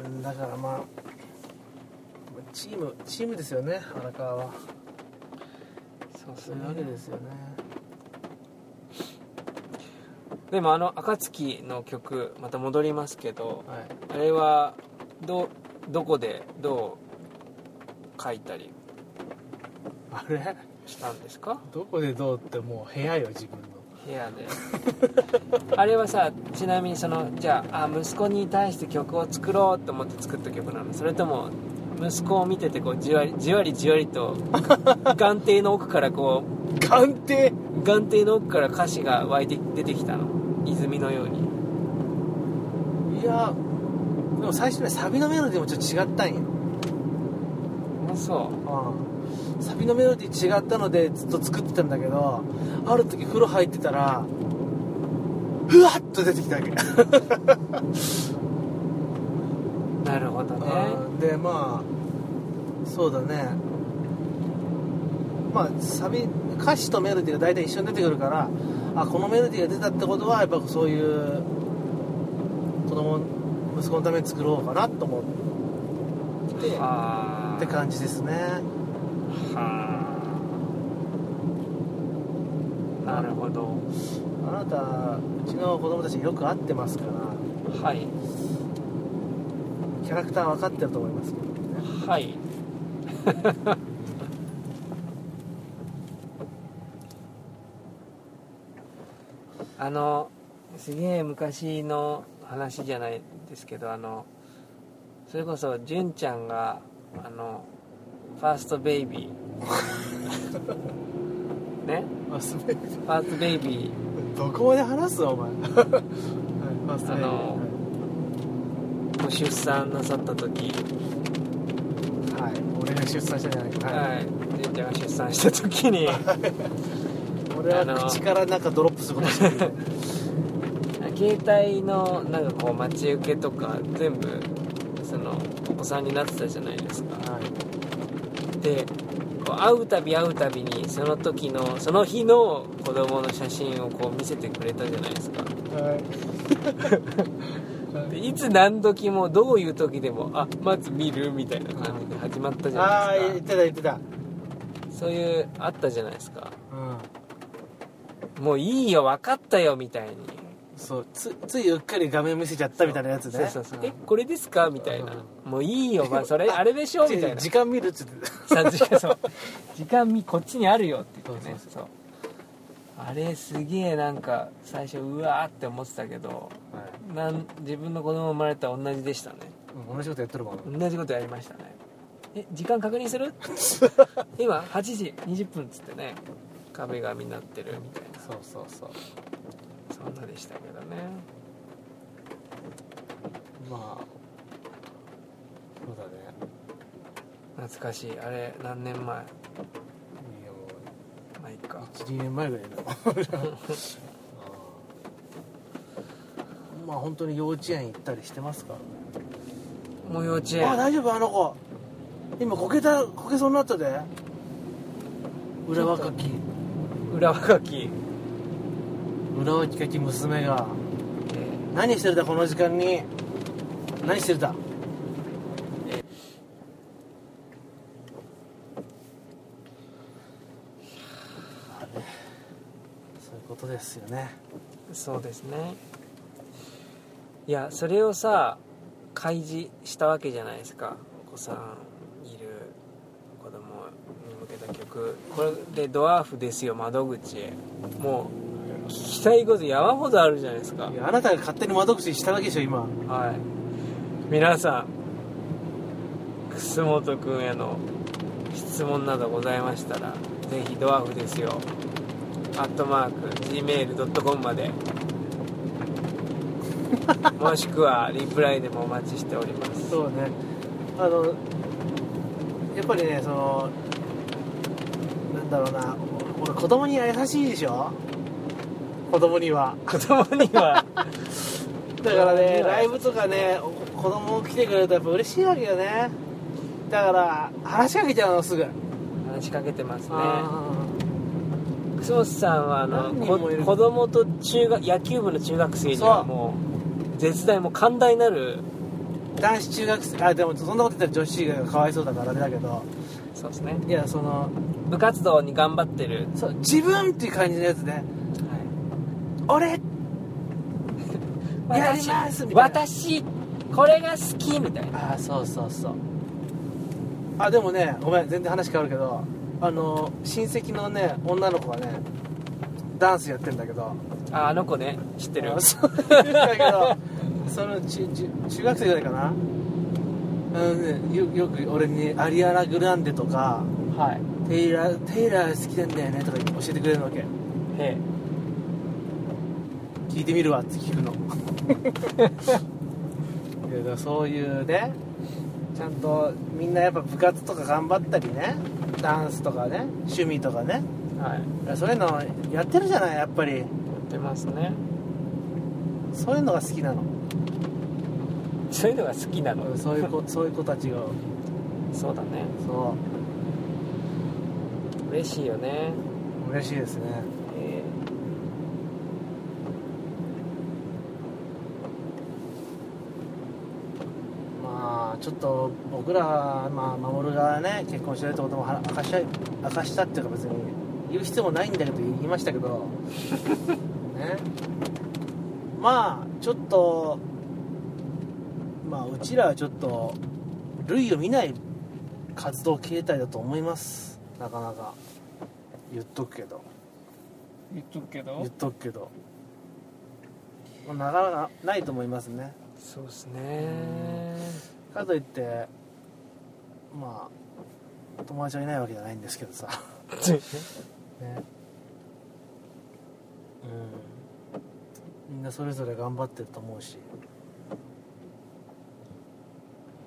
Speaker 1: うんだからまあチームチームですよね荒川は
Speaker 2: そうす
Speaker 1: そう
Speaker 2: ね
Speaker 1: いうわけですよね
Speaker 2: でもあの暁の曲また戻りますけど
Speaker 1: はい
Speaker 2: あれはどどこでどう書いたり
Speaker 1: あれ
Speaker 2: したんですか
Speaker 1: どこでどうってもう部屋よ自分の
Speaker 2: 部屋であれはさちなみにそのじゃああ息子に対して曲を作ろうと思って作った曲なのそれとも息子を見ててこうじわりじわりじわりと眼底の奥からこ
Speaker 1: 鑑定
Speaker 2: う眼底の奥から歌詞が湧いて出てきたの泉のように
Speaker 1: いやでも最初ねサビのメロディーもちょっと違ったんよ
Speaker 2: あそ
Speaker 1: サビのメロディー違ったのでずっと作ってたんだけどある時風呂入ってたらふわっと出てきたわけ、
Speaker 2: うなるほどね
Speaker 1: うんでまあそうだねまあサビ歌詞とメロディーが大体一緒に出てくるからあこのメロディーが出たってことはやっぱそういう子供息子のために作ろうかなと思って
Speaker 2: あ
Speaker 1: って感じですね
Speaker 2: あなるほど
Speaker 1: あなたうちの子供たちによく会ってますから
Speaker 2: はい
Speaker 1: キャラクター分かってると思いますけどね
Speaker 2: はい (laughs) あのすげえ昔の話じゃないですけどあのそれこそ純ちゃんがあのファーストベイビーね
Speaker 1: あすべ
Speaker 2: ファーストベイビ
Speaker 1: どこまで話すわお前 (laughs) はいファースト
Speaker 2: あのーを出産なさった
Speaker 1: レ
Speaker 2: 時
Speaker 1: ディーはい、はい、俺が出産したじゃないか、はい
Speaker 2: はい純ちゃんが出産した時に
Speaker 1: 俺
Speaker 2: あの
Speaker 1: は口からなんかドロップすることしてる
Speaker 2: (laughs) 携帯のなんかこう待ち受けとか全部そのお子さんになってたじゃないですか
Speaker 1: はい
Speaker 2: でこう会うたび会うたびにその時のその日の子供の写真をこう見せてくれたじゃないですか
Speaker 1: はい
Speaker 2: でいつ何時もどういう時でもあまず見るみたいな感じで始まったじ
Speaker 1: あ
Speaker 2: ゃ
Speaker 1: あ
Speaker 2: ない
Speaker 1: 言っ
Speaker 2: で
Speaker 1: てた言ってた
Speaker 2: すかそういうあったじゃないですか
Speaker 1: うん
Speaker 2: もういいよ分かったよみたいに
Speaker 1: そうつついうっかり画面見せちゃったみたいなやつね
Speaker 2: そうそうそうえこれですかみたいなもういいよ、まあ、それあれでしょ
Speaker 1: 違う
Speaker 2: みた
Speaker 1: 違
Speaker 2: い
Speaker 1: う
Speaker 2: な
Speaker 1: 時間見るっつって
Speaker 2: さ時間そう時間みこっちにあるよって言ってねそうあれすげえなんか最初うわーって思ってたけどなん自分の子供生まれたら同じでしたね
Speaker 1: うん同じことやってるもん
Speaker 2: 同じことやりましたねえ時間確認する (laughs) 今8時20分っつってね壁紙になってるみたいな
Speaker 1: そうそうそう
Speaker 2: そんなでしたけどね
Speaker 1: まあそうだね
Speaker 2: 懐かしいあれ何年
Speaker 1: い
Speaker 2: 前
Speaker 1: やもう
Speaker 2: まあいいか
Speaker 1: 12年前ぐらいだよあ (laughs) ーまあ本当に幼稚園行ったりしてますからね
Speaker 2: もう幼稚
Speaker 1: あ
Speaker 2: 園
Speaker 1: 大丈夫あの子今こけたこけそうになったで裏若き
Speaker 2: 裏若き、
Speaker 1: 裏若き娘が
Speaker 2: えー
Speaker 1: 何してるだこの時間に何してるだまあねそういうことですよね
Speaker 2: そうですねいやそれをさ開示したわけじゃないですかお子さんいる子供に向けた曲これで「ドワーフですよ窓口へ」もう聞きたいこと山ほどあるじゃないですか
Speaker 1: いやあなたが勝手に窓口にしただけでしょ今
Speaker 2: はい皆さん楠本君への質問などございましたらぜひドワーフですよアットマーク gmail.com (laughs) までもしくはリプライでもお待ちしております
Speaker 1: そうねあのやっぱりねそのなんだろうな俺俺子供に優しいでしょ子供には
Speaker 2: 子供には
Speaker 1: だから
Speaker 2: い
Speaker 1: ね
Speaker 2: や
Speaker 1: ライブとかねお子供来てくれるとやっぱ嬉しいわけよねだから話しかけちゃうのすぐ、
Speaker 2: 話しかけてますね
Speaker 1: あ
Speaker 2: 楠本さんはあの
Speaker 1: 何人
Speaker 2: こ
Speaker 1: もいる
Speaker 2: 子供と中学野球部の中学生に
Speaker 1: そ
Speaker 2: は
Speaker 1: う
Speaker 2: もう絶大もう寛大なる
Speaker 1: ー男子中学生あでもそんなこと言ったら女子がかわいそうだからあれだけど
Speaker 2: そうですね
Speaker 1: いやその
Speaker 2: 部活動に頑張ってる
Speaker 1: そう自分っていう感じのやつね俺やりますみたいな
Speaker 2: 私これが好きみたいな
Speaker 1: ああそうそうそうあでもねごめん全然話変わるけどあの親戚のね女の子がねダンスやってんだけど
Speaker 2: ああの子ね知ってる
Speaker 1: あそうだけどその中中中学生ぐらいかなうんねよよく俺にアリアナ・グランデとか
Speaker 2: (laughs) はい
Speaker 1: テイラーテイラー好きなんだよねとか教えてくれるわけ
Speaker 2: へ
Speaker 1: 聞いてみるわって聞くの (laughs) いやだからそういうねちゃんとみんなやっぱ部活とか頑張ったりねダンスとかね趣味とかね
Speaker 2: えはい
Speaker 1: いやそういうのやってるじゃないやっぱり
Speaker 2: 出ますね
Speaker 1: そういうのが好きなの
Speaker 2: そういうのが好きなの
Speaker 1: そういう子そういう子たちが
Speaker 2: (laughs) そうだね
Speaker 1: そ
Speaker 2: 嬉しいよね
Speaker 1: う嬉しいですね
Speaker 2: え
Speaker 1: まあちょっと僕らは、まあ、守るがね結婚してるってこともは明かし明かしたっていうか別に言う必要もないんだけど言いましたけどねまあちょっとまあうちらはちょっと類を見ない活動形態だと思いますなかなか言っとくけど
Speaker 2: 言っとくけ
Speaker 1: 言
Speaker 2: ど
Speaker 1: っとくけど、まあなかなかないと思いますね
Speaker 2: そうですね
Speaker 1: (laughs) かといってまあ友達はいないわけじゃないんですけどさ (laughs) ねうんみんなそれぞれ頑張ってると思うし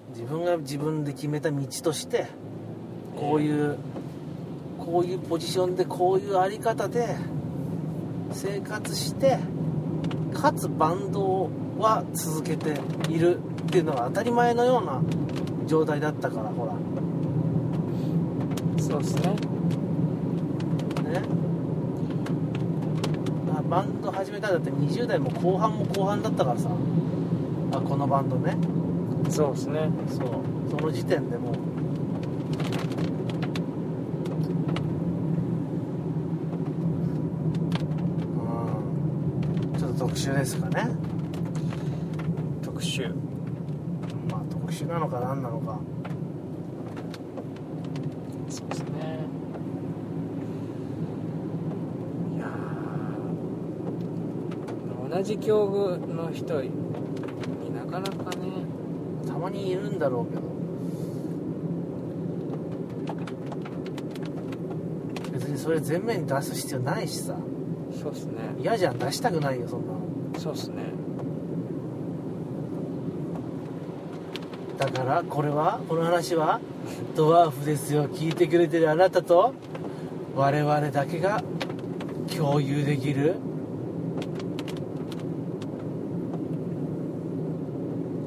Speaker 1: 自分が自分で決めた道としてこういう、こういうポジションでこういうあり方で生活してかつバンドは続けているっていうのが当たり前のような状態だったからほ
Speaker 2: そうですね
Speaker 1: らねあバンド始めたんだって20代も後半も後半だったからさまあ、このバンドね
Speaker 2: そうですね
Speaker 1: そうその時点でもううんちょっと特殊ですかね
Speaker 2: 特集
Speaker 1: まあ特殊なのか何なのか
Speaker 2: そうですねいやー同じ境遇の人になかなかね
Speaker 1: たまにいるんだろうけど別にそれ全面に出す必要ないしさ
Speaker 2: そうですね
Speaker 1: 嫌じゃん出したくないよそんなの
Speaker 2: そうですね
Speaker 1: だからこれはこの話はドワーフですよ聞いてくれてるあなたと我々だけが共有できる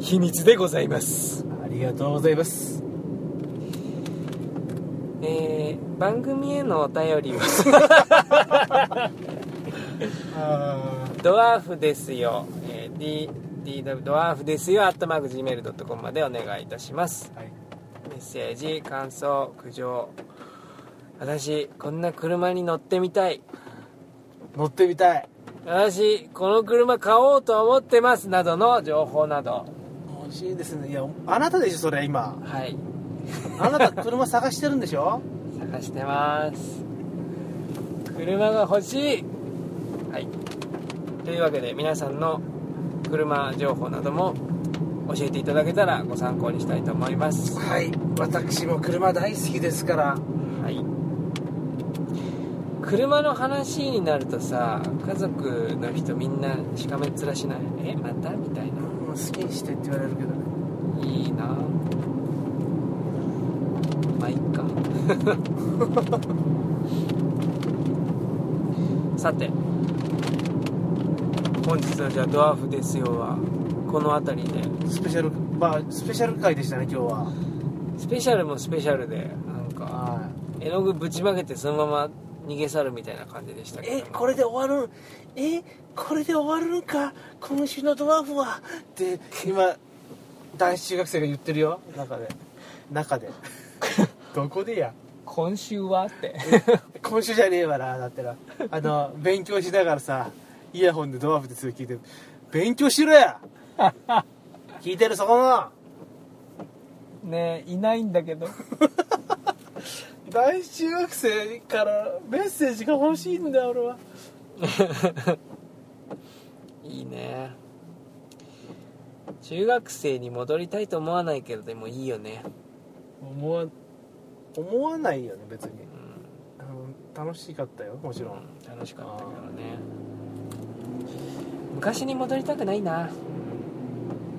Speaker 7: 秘密でございます
Speaker 1: ありがとうございます
Speaker 2: えー番組へのお便りは (laughs) ドワーフですよ、えー D DW ドワーフですよアットマーク Gmail.com までお願いいたします
Speaker 1: はい
Speaker 2: メッセージ感想苦情私こんな車に乗ってみたい
Speaker 1: 乗ってみたい
Speaker 2: 私この車買おうと思ってますなどの情報など
Speaker 1: 欲しいですねいやあなたでしょそれ今
Speaker 2: はい
Speaker 1: あなた車探してるんでしょ
Speaker 2: 探してます車が欲しいはいというわけで皆さんの車情報なども教えていただけたらご参考にしたいと思います
Speaker 1: はい私も車大好きですから
Speaker 2: はい車の話になるとさ家族の人みんなしかめっ面しないえまたみたいな
Speaker 1: 好きにしてって言われるけどね
Speaker 2: いいなまあいいか (laughs) さて本日はじゃあドワーフですよはこの辺りで
Speaker 1: スペシャルまあスペシャル回でしたね今日は
Speaker 2: スペシャルもスペシャルでなんか
Speaker 1: は
Speaker 2: 絵の具ぶちまけてそのまま逃げ去るみたいな感じでした
Speaker 1: い
Speaker 2: けど
Speaker 1: えこれで終わるえこれで終わるんか今週のドワーフはって今男子中学生が言ってるよ中で中で (laughs) どこでや
Speaker 2: 今週はって
Speaker 1: 今週じゃねえわなだってなあの勉強しながらさイヤホンでドワーフですよ聞いてる勉強しろや聞いてるそこの
Speaker 2: (laughs) ねいないんだけど
Speaker 1: 男子中学生からメッセージが欲しいんだ俺はい
Speaker 2: いね中学生に戻りたいと思わないけどでもいいよね
Speaker 1: 思わ思わないよね別に、あの楽しかったよもちろん、
Speaker 2: うん楽しかったけどね昔に戻りたくないな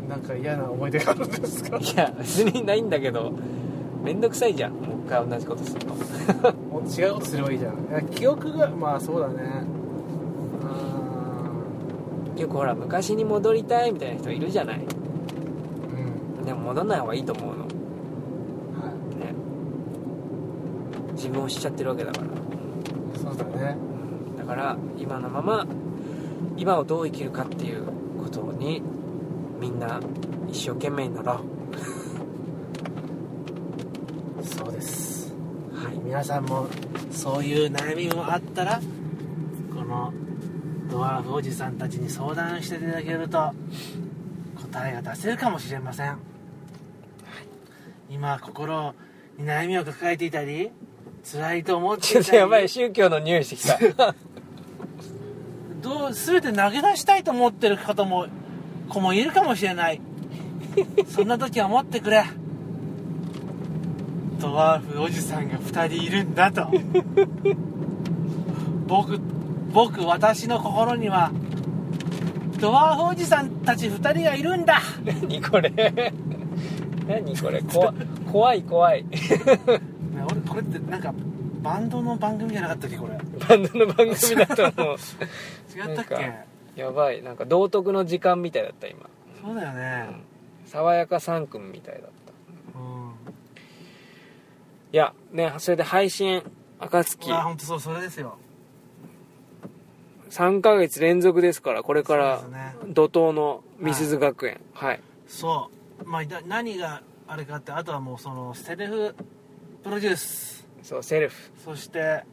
Speaker 1: なんか嫌な思い出があるんですか
Speaker 2: いや別にないんだけどめんどくさいじゃんもう一回同じことするの
Speaker 1: もう違うことすればいいじゃんいや記憶がまあそうだね
Speaker 2: よくほら昔に戻りたいみたいな人いるじゃない
Speaker 1: うん
Speaker 2: でも戻んない方がいいと思うの
Speaker 1: は
Speaker 2: ね自分を知っちゃってるわけだから
Speaker 1: いそうだね
Speaker 2: うんだから今のまま今をどう生きるかっていうことにみんな一生懸命になろ
Speaker 1: そうです
Speaker 2: うはい
Speaker 1: 皆さんもそういう悩みもあったらこのドワーフおじさんたちに相談していただけると答えが出せるかもしれません、今心に悩みを抱えていたり辛いと思って
Speaker 2: (laughs)
Speaker 1: いたり
Speaker 2: 宗教の匂いしてきた
Speaker 1: どう全て投げ出したいと思ってる方も子もいるかもしれないそんな時は思ってくれドワーフおじさんが2人いるんだと (laughs) 僕僕私の心にはドワーフおじさんたち2人がいるんだ
Speaker 2: 何これ何これ怖怖い怖い
Speaker 1: ね俺これってなんかバンドの番組じゃなかったっけこれ
Speaker 2: バンドの番組だと思う
Speaker 1: 違ったっ
Speaker 2: な
Speaker 1: け
Speaker 2: んかやばいなんか道徳の時間みたいだった今
Speaker 1: そうだよね
Speaker 2: 爽やか3組みたいだった
Speaker 1: うん
Speaker 2: いやねそれで配信暁
Speaker 1: あ本当そうそれですよ
Speaker 2: 3ヶ月連続ですからこれか
Speaker 1: そ
Speaker 2: ら
Speaker 1: うですね
Speaker 2: 怒涛の美鈴学園はい
Speaker 1: そうまあだ何があれかってあとはもうそのセルフプロデュース
Speaker 2: そうセルフ
Speaker 1: そして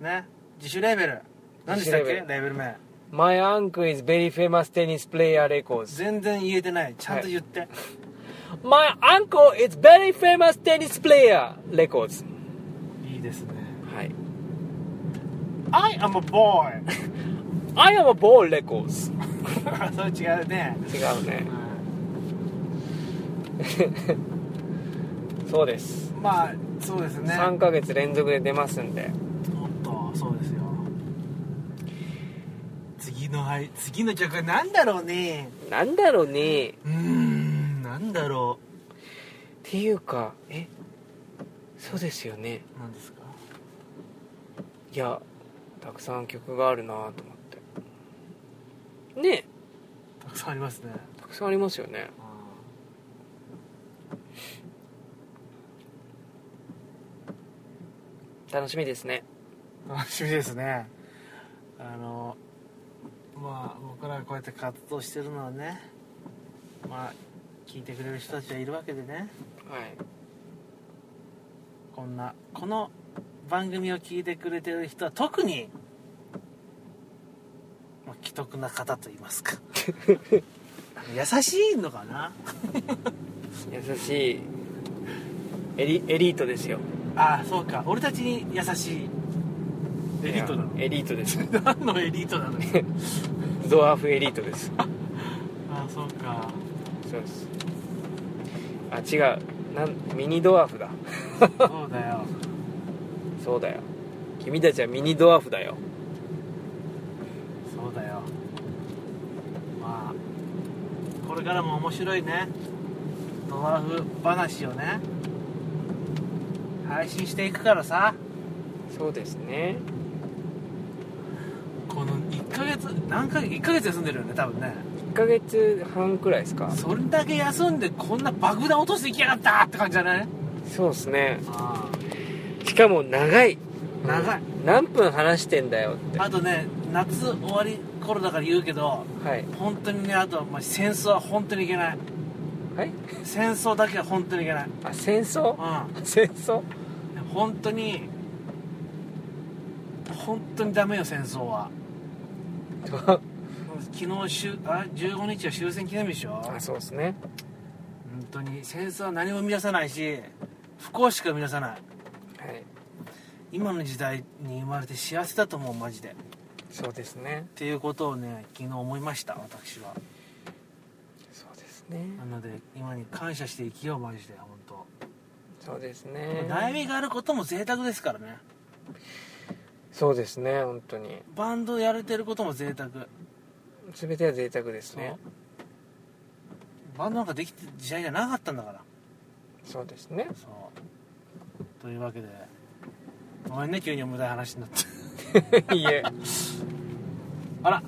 Speaker 1: ね自主レーベル何でしたっけ
Speaker 2: 自主レ
Speaker 1: レ
Speaker 2: ー
Speaker 1: ーベル名
Speaker 2: My uncle is very famous tennis player records
Speaker 1: 全然言えてないちゃんと言って、
Speaker 2: My uncle is very famous tennis player records
Speaker 1: い、いですね
Speaker 2: はい
Speaker 1: I am a boy (laughs)
Speaker 2: I am a ball records
Speaker 1: それ違うね
Speaker 2: 違うねそうです、
Speaker 1: まあそうですね
Speaker 2: 3ヶ月連続で出ますんで
Speaker 1: おっとそうですよ次のはい次の曲は何だろうね
Speaker 2: なんだろうね
Speaker 1: うーん何だろ
Speaker 2: っていうかえそうですよね
Speaker 1: う何ですか
Speaker 2: いやたくさん曲があるなと思ってね
Speaker 1: たくさんありますね
Speaker 2: えたくさんありますよね楽しみですね
Speaker 1: 楽しみですねあのまあ僕らがこうやって活動してるのはねまあ聞いてくれる人たちはいるわけでね
Speaker 2: はい
Speaker 1: こんなこの番組を聞いてくれてる人は特に、まあ、既得な方といいます
Speaker 2: (laughs)
Speaker 1: かあの優しいのかな
Speaker 2: 優しいエリエリートですよ
Speaker 1: ああそうか俺たちに優しいエリートなの
Speaker 2: いやエリートです
Speaker 1: 何のエリートな
Speaker 2: (laughs)
Speaker 1: の
Speaker 2: ドワーフエリートです
Speaker 1: ああそうか
Speaker 2: そうですあ違うなんミニドワーフだ
Speaker 1: そうだよ
Speaker 2: そうだよ君たちはミニドワーフだよ
Speaker 1: そうだよまあこれからも面白いねドワーフ話をね配信していくからさ
Speaker 2: そうですね
Speaker 1: この1ヶ月何ヶ月1ヶ月休んでるよね多分ね
Speaker 2: 1ヶ月半くらいですか
Speaker 1: それだけ休んでこんな爆弾落としてきやがったって感じじゃない
Speaker 2: そうですね
Speaker 1: あ
Speaker 2: しかも長い
Speaker 1: 長い
Speaker 2: うん何分話してんだよって
Speaker 1: あとね夏終わり頃だから言うけど
Speaker 2: はい
Speaker 1: 本当にねあと、まあ、戦争は本当にいけない
Speaker 2: はい
Speaker 1: 戦争だけは本当にいけない
Speaker 2: あ戦争
Speaker 1: う
Speaker 2: 戦争
Speaker 1: ん本当に本当にダメよ戦争は昨日しゅあ15日は終戦記念日でしょ
Speaker 2: あそうですね
Speaker 1: 本当に戦争は何も生み出さないし不幸しか生み出さない
Speaker 2: はい
Speaker 1: 今の時代に生まれて幸せだと思うマジでっ
Speaker 2: そうですね
Speaker 1: ていうことをね昨日思いました私は
Speaker 2: そうですね
Speaker 1: なので今に感謝して生きようマジで本当、
Speaker 2: そうです
Speaker 1: 悩
Speaker 2: ね
Speaker 1: みがあることも贅沢ですからね
Speaker 2: そうですね本当に
Speaker 1: バンドやれてることも贅沢
Speaker 2: 全ては贅沢ですね
Speaker 1: バンドなんかできてる時代じゃなかったんだから
Speaker 2: そうですね (laughs)
Speaker 1: そうというわけでごめんね急に無駄な話になって (laughs)
Speaker 2: いいえ
Speaker 1: あら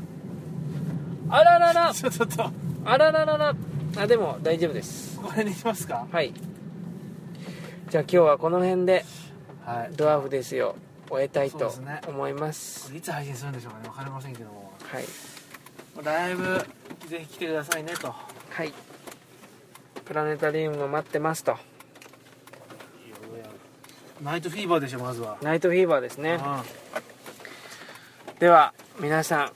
Speaker 2: あららら
Speaker 1: ちょっとちょっ
Speaker 2: あららららあでも大丈夫です
Speaker 1: とこれにしますか
Speaker 2: はいじゃあ今日はこの辺で
Speaker 1: はい
Speaker 2: ドワーフですよ終えたい
Speaker 1: そう
Speaker 2: と
Speaker 1: ですね
Speaker 2: 思います
Speaker 1: これいつ配信するんでしょうかねわかりませんけども
Speaker 2: はい
Speaker 1: ライブぜひ来てくださいねと
Speaker 2: はいプラネタリウムも待ってますと
Speaker 1: ナイトフィーバーでしょまずは、
Speaker 2: ナイトフィーバーです
Speaker 1: う
Speaker 2: ね
Speaker 1: ん、
Speaker 2: では皆さ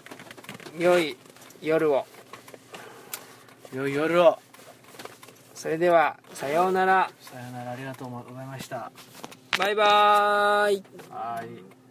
Speaker 2: ん良い夜を
Speaker 1: 良い夜を
Speaker 2: それではさようなら
Speaker 1: さよならありがとうございました
Speaker 2: バイバーイ
Speaker 1: はい